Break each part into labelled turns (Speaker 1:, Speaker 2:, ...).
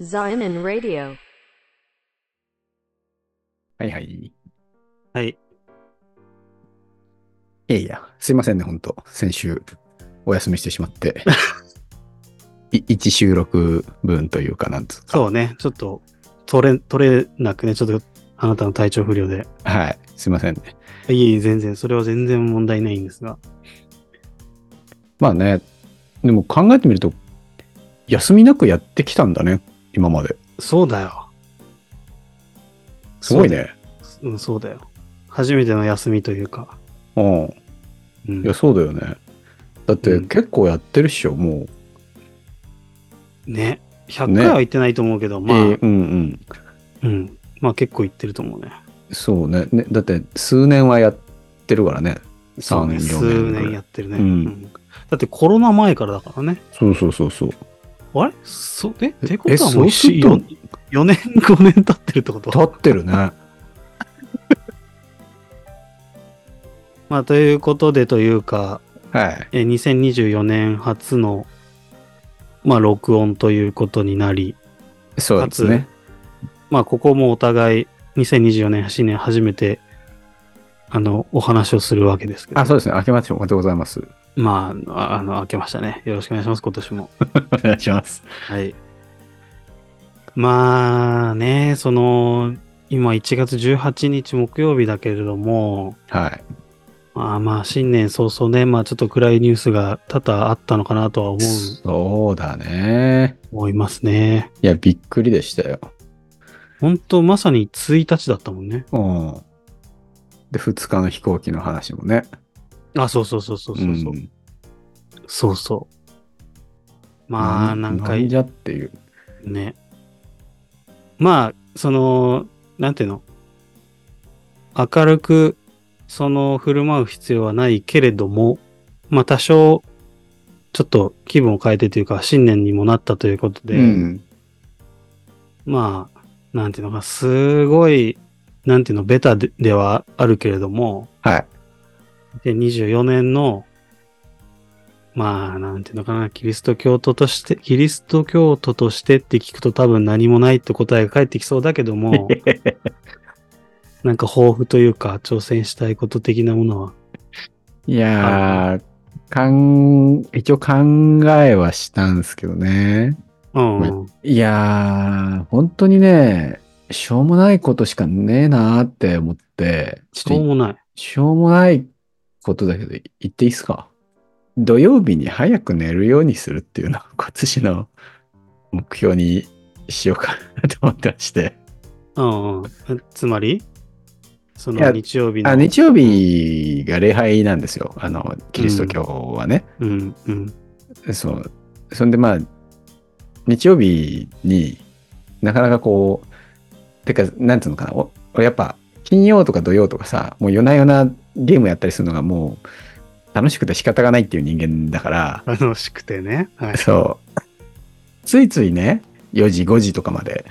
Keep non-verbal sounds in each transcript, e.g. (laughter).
Speaker 1: Zion Radio.
Speaker 2: はいはい。
Speaker 3: はい。
Speaker 2: いやいや、すいませんね、本当先週、お休みしてしま
Speaker 3: (laughs)
Speaker 2: って。い一収録分というか、なんつうか。
Speaker 3: そうね。ちょっと、取れ、取れなくね、ちょっと、あなたの体調不良で。
Speaker 2: はい。すいませんね。
Speaker 3: いえいえ、全然、それは全然問題ないんですが。
Speaker 2: まあね、でも考えてみると、休みなくやってきたんだね、今まで。
Speaker 3: そうだよ。
Speaker 2: すごいね。
Speaker 3: そうだよ。うん、そうだよ。初めての休みというか。
Speaker 2: うん。
Speaker 3: うん
Speaker 2: いや、。そうだよね。だって
Speaker 3: うん
Speaker 2: 結構やってるっしょ、もう。
Speaker 3: ね。100回は行ってないと思うけど、まあ、
Speaker 2: えーうんうん。
Speaker 3: うん。まあ結構行ってると思うね。
Speaker 2: そうねね。だって数年はやってるからね。
Speaker 3: そうね。
Speaker 2: 3 4
Speaker 3: 数年やってるね、
Speaker 2: うん
Speaker 3: だってコロナ前からだからね。
Speaker 2: そうそうそうそう。
Speaker 3: あれそ、え、ってこ
Speaker 2: え、
Speaker 3: とはも
Speaker 2: そううすると
Speaker 3: 4、4年、5年経ってるってこと
Speaker 2: 経って
Speaker 3: (laughs)
Speaker 2: るね。
Speaker 3: まあ、ということでというか、
Speaker 2: はい。
Speaker 3: えー2024年初の、まあ、録音ということになり、
Speaker 2: そうですね。
Speaker 3: まあ、ここもお互い2024年、新年初めて、あの、お話をするわけですけど、
Speaker 2: あ、そうですね。明けましておめでとうございます。
Speaker 3: まああ、あの、明けましたね。よろしくお願いします、今年も。
Speaker 2: お願いします。
Speaker 3: はい。まあね、その、今1月18日木曜日だけれども、
Speaker 2: はい。
Speaker 3: まあまあ、新年早々ね、まあちょっと暗いニュースが多々あったのかなとは思う、
Speaker 2: そうだね。
Speaker 3: 思いますね。
Speaker 2: いや、びっくりでしたよ。
Speaker 3: 本当まさに1日だったもんね。
Speaker 2: うん。で、2日の飛行機の話もね。
Speaker 3: あ、そうそうそうそうそうそう。
Speaker 2: ん
Speaker 3: そうそう。まあ、
Speaker 2: な
Speaker 3: 何
Speaker 2: なん
Speaker 3: 回
Speaker 2: じゃっていう。
Speaker 3: ね。まあ、その、なんていうの。明るく、その、振る舞う必要はないけれども、まあ、多少、ちょっと気分を変えてというか、新年にもなったということで、
Speaker 2: うん。
Speaker 3: まあ、なんていうのか、すごい、なんていうの、ベタでではあるけれども、
Speaker 2: はい。
Speaker 3: で、24年の、まあ、なんていうのかな、キリスト教徒として、キリスト教徒としてって聞くと多分何もないって答えが返ってきそうだけ
Speaker 2: (laughs)
Speaker 3: ども、なんか抱負というか、挑戦したいこと的なものは。
Speaker 2: いやー、かん、一応考えはしたんですけどね。
Speaker 3: うんうん、
Speaker 2: いやー、本当にね、しょうもないことしかねえなーって思って、ち
Speaker 3: しょ
Speaker 2: ょっ
Speaker 3: う
Speaker 2: と
Speaker 3: もない。
Speaker 2: しょうもないことだけど、言っていいっすか土曜日に早く寝るようにするっていうのを今年の目標にしようかなと思ってまして。
Speaker 3: うんうん、えつまり、そ
Speaker 2: いや
Speaker 3: の日曜日の。
Speaker 2: あ日曜日が礼拝なんですよ。あの、キリスト教はね。
Speaker 3: うんうん。
Speaker 2: そう。そんでまあ、日曜日になかなかこう、てか、なんつうのかな、お俺やっぱ金曜とか土曜とかさ、もう夜な夜なゲームやったりするのがもう楽しくて仕方がないっていう人間だから、
Speaker 3: 楽しくてね。はい。
Speaker 2: そう。ついついね、4時、5時とかまで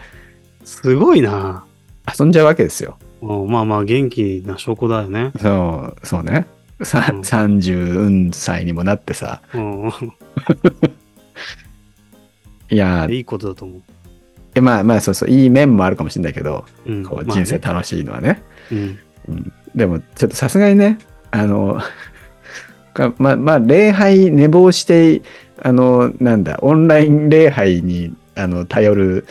Speaker 2: す
Speaker 3: ごいな。
Speaker 2: 遊んじゃうわけですよ。
Speaker 3: うんまあまあ、元気な証拠だよね。
Speaker 2: そう、そうね。さ
Speaker 3: うん
Speaker 2: 30歳にもなってさ、 (laughs)
Speaker 3: うんうん、
Speaker 2: いや、
Speaker 3: いいことだと思う。
Speaker 2: えまあまあそうそう、いい面もあるかもしれないけど、
Speaker 3: うん、
Speaker 2: こう
Speaker 3: まあね
Speaker 2: 人生楽しいのはね。
Speaker 3: うん
Speaker 2: でもちょっとさすがにねあのかまあまあ礼拝寝坊してあのなんだオンライン礼拝にあの頼る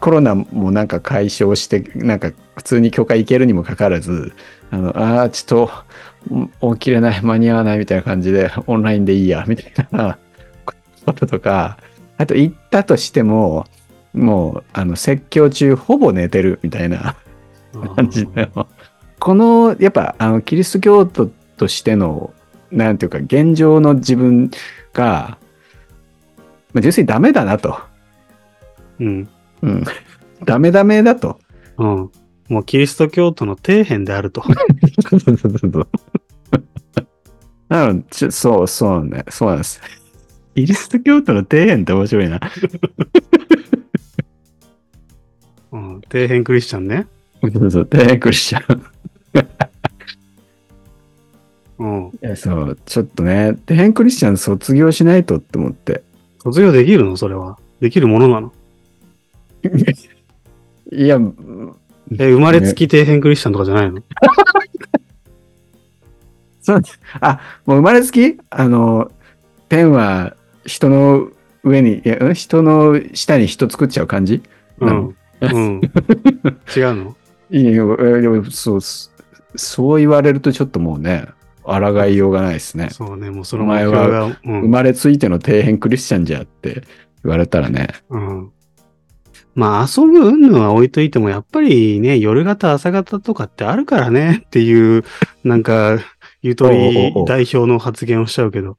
Speaker 2: コロナもなんか解消してなんか普通に教会行けるにもかかわらずあのあーちょっとん起きれない間に合わないみたいな感じでオンラインでいいやみたいなこととかあと行ったとしてももうあの説教中ほぼ寝てるみたいな。感じだよ。この、やっぱ、あの、キリスト教徒としての、なんていうか、現状の自分が、まあ、純粋にダメだなと。
Speaker 3: うん。
Speaker 2: うん。ダメダメだ (laughs) と。
Speaker 3: うん。もうキリスト教徒の底辺で
Speaker 2: (laughs)
Speaker 3: あると。
Speaker 2: なのでちょそう、そうね、そうなんです。キリスト教徒の底辺って面白いな。
Speaker 3: うん。底辺クリスチャンね。
Speaker 2: そうそう、底辺クリスチャン。
Speaker 3: うん。
Speaker 2: いやそう、ちょっとね、底辺クリスチャン卒業しないとって思って。
Speaker 3: 卒業できるのそれは。できるものなの。
Speaker 2: いや、
Speaker 3: え、生まれつき底辺クリスチャンとかじゃないの
Speaker 2: もう生まれつきあの、ペンは人の上に、いや、うん人の下に人作っちゃう感じ
Speaker 3: う
Speaker 2: うんん。 (laughs)
Speaker 3: うん。違うの
Speaker 2: いやいやえでもそう、すそう言われるとちょっともうね、抗いようがないですね。
Speaker 3: そうね、もうその
Speaker 2: お
Speaker 3: 目
Speaker 2: 前
Speaker 3: 標
Speaker 2: は
Speaker 3: が、う
Speaker 2: 生
Speaker 3: ん。
Speaker 2: まれついての底辺クリスチャンじゃって言われたらね。
Speaker 3: うん。まあ、遊ぶ云々は置いといても、やっぱりね、夜型、朝型とかってあるからね (laughs) っていう、なんか、ゆと
Speaker 2: おう
Speaker 3: り
Speaker 2: おうおう
Speaker 3: 代表の発言をしちゃうけど。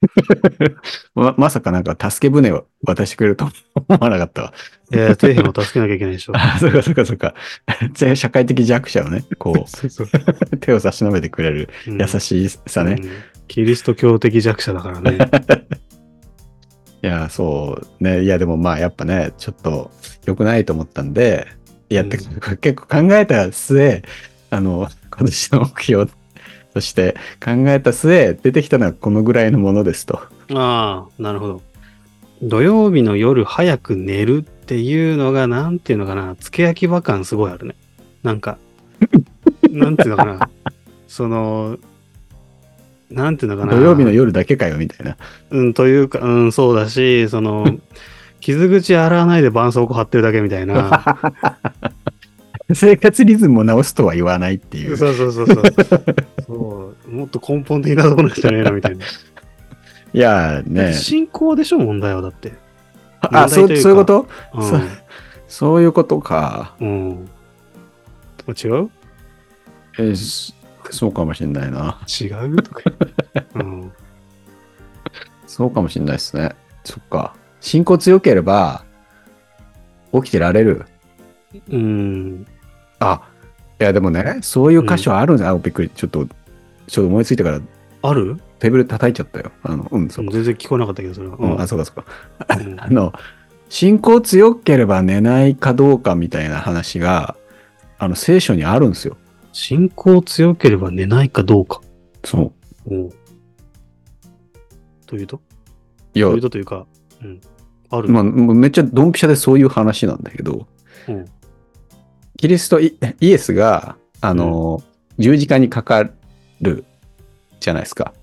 Speaker 2: ままさかなんか助け舟を渡してくれると思わなかったわ。 (laughs)
Speaker 3: えー、底辺を助けなきゃいけないでしょ。
Speaker 2: あ、そうかそうかそうか。 (laughs) 全社会的弱者をね、こ
Speaker 3: (laughs) そうそう。
Speaker 2: う、手を差し伸べてくれる
Speaker 3: 優
Speaker 2: 優しさね。
Speaker 3: うんキリスト教的弱者だからね。
Speaker 2: いや、そうね。いや、でもまあ、やっぱね、ちょっと良くないと思ったんで、いや、てか結構考えた末、あの、今年の目標として考えた末、出てきたのはこのぐらいのものですと。
Speaker 3: (laughs) ああ、なるほど。土曜日の夜早く寝るっていうのが、なんていうのかな、つけ焼き場感すごいあるね。なん (laughs) か、なんていうのかな、その、なんていうのかな。
Speaker 2: 土曜日の夜だけかよ、みたいな。
Speaker 3: うん、というか、うん、そうだし、そ (laughs) の、傷口洗わないで絆創膏貼ってるだけみたいな。 (laughs)
Speaker 2: 生活リズムを直すとは言わないっていう。
Speaker 3: そうそうそうそう。そう、もっと根本的なところじゃねえな、みたいな。
Speaker 2: いや、ね。
Speaker 3: 信仰でしょ、問題は、だって。
Speaker 2: あ、そう
Speaker 3: 問題とい
Speaker 2: そうい
Speaker 3: うか
Speaker 2: うこと
Speaker 3: うん
Speaker 2: そうそういうことか。
Speaker 3: うん。違う
Speaker 2: えーそそうかもしれないな。
Speaker 3: 違う
Speaker 2: (laughs)
Speaker 3: とか。うん。
Speaker 2: そうかもしれないですね。そっか。信仰強ければ、起きてられる。
Speaker 3: うん。
Speaker 2: あ、いやでもね、そういう箇所あるんだ。あびっくり。ちょっと、ちょっと思いついたから
Speaker 3: ある
Speaker 2: テーブル叩いちゃったよ。あの、うん、そう
Speaker 3: 全
Speaker 2: か。
Speaker 3: 然聞こえなかったけど、それは。
Speaker 2: うん、あ、
Speaker 3: う
Speaker 2: そうかそうか。
Speaker 3: ん
Speaker 2: あの、信仰強ければ寝ないかどうかみたいな話が、あの、聖書にあるんですよ。
Speaker 3: 信仰強ければ寝ないかどうか。
Speaker 2: そう。
Speaker 3: おうというと
Speaker 2: いや
Speaker 3: という、とというか、うん。ある。
Speaker 2: まあ、もうめっちゃドンピシャでそういう話なんだけど、
Speaker 3: うん
Speaker 2: キリストイ (laughs) イエスが、あの、十字架にかかるじゃないですか。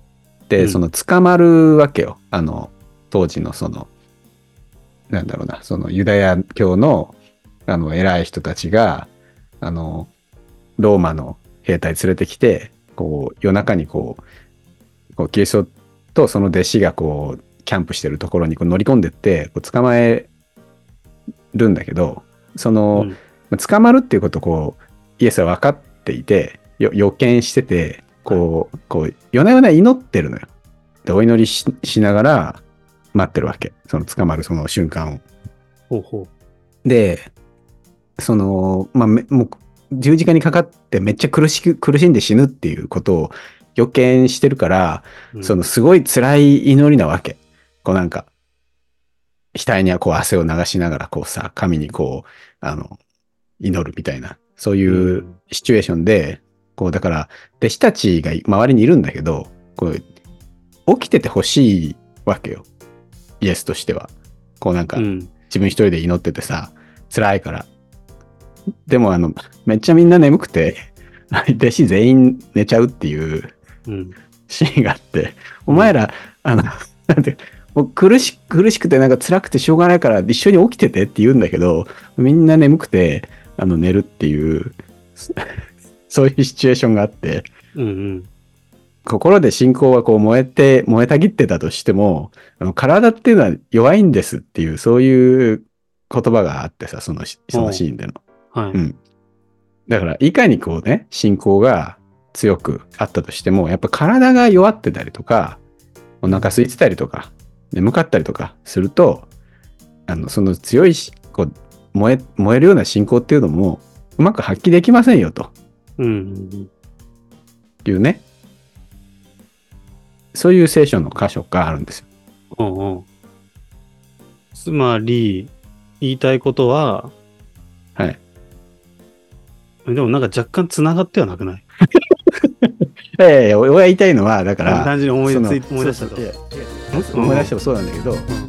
Speaker 2: で、
Speaker 3: うん
Speaker 2: その捕まるわけよ。あの、当時のその、なんだろうな、そのユダヤ教の、あの、偉い人たちが、あの、ローマの兵隊連れてきて、こう、夜中にこう、こうキリストとその弟子がこう、キャンプしてるところにこう乗り込んでって、こう捕まえるんだけど、その、
Speaker 3: うん
Speaker 2: まあ捕まるっていうことをこうイエスは分かっていてよ予見しててこうこう夜な夜な祈ってるのよ。でお祈りししながら待ってるわけその捕まるその瞬間を。
Speaker 3: ほうほ
Speaker 2: でその、まあ、めもう十字架にかかってめっちゃ苦しく苦しんで死ぬっていうことを予見してるから、
Speaker 3: う。うん
Speaker 2: その、すごい辛い祈りなわけ。こうなんか、額にはこう汗を流しながらこうさ、神にこう、あの、祈るみたいな、そういううんシチュエーションで、こうだから、弟子たちが周りにいるんだけど、こう、起きててほしいわけよ。イエスとしては。こうなんか
Speaker 3: う、ん。
Speaker 2: 自分一人で祈っててさ、辛いから。でもあの、めっちゃみんな眠くて、 (laughs) 弟子全員寝ちゃうっていう
Speaker 3: うん。
Speaker 2: シーンがあって、
Speaker 3: う
Speaker 2: お
Speaker 3: ん
Speaker 2: 前ら、あの、なんて、もう苦し、苦しくてなんか辛くてしょうがないから一緒に起きててって言うんだけど、みんな眠くて、あの、寝るっていう、そそういうシチュエーションがあって、
Speaker 3: うんうん。
Speaker 2: 心で信仰はこう燃えて、燃えたぎってたとしても、あの体っていうのは弱いんですっていう、そういう言葉があってさ、そのし、そのシーンでの。
Speaker 3: は
Speaker 2: う
Speaker 3: い。
Speaker 2: んだから、いかにこうね、信仰が強くあったとしても、やっぱ体が弱ってたりとか、お腹空いてたりとか、眠かったりとかすると、あの、その強いし、こう、燃え、燃えるような信仰っていうのも、うまく発揮できませんよ、と
Speaker 3: うんうん
Speaker 2: いうね。そういう聖書の箇所があるんですよ。
Speaker 3: うん。うんうん。つまり、言いたいことは、
Speaker 2: はい。
Speaker 3: でもなんか若干繋がってはなくない
Speaker 2: ええ、俺が言いたいのは、だから、
Speaker 3: 単純に思い
Speaker 2: その
Speaker 3: つい思い出したと
Speaker 2: そう。そういや思い出してもそうなんだけど、
Speaker 3: うん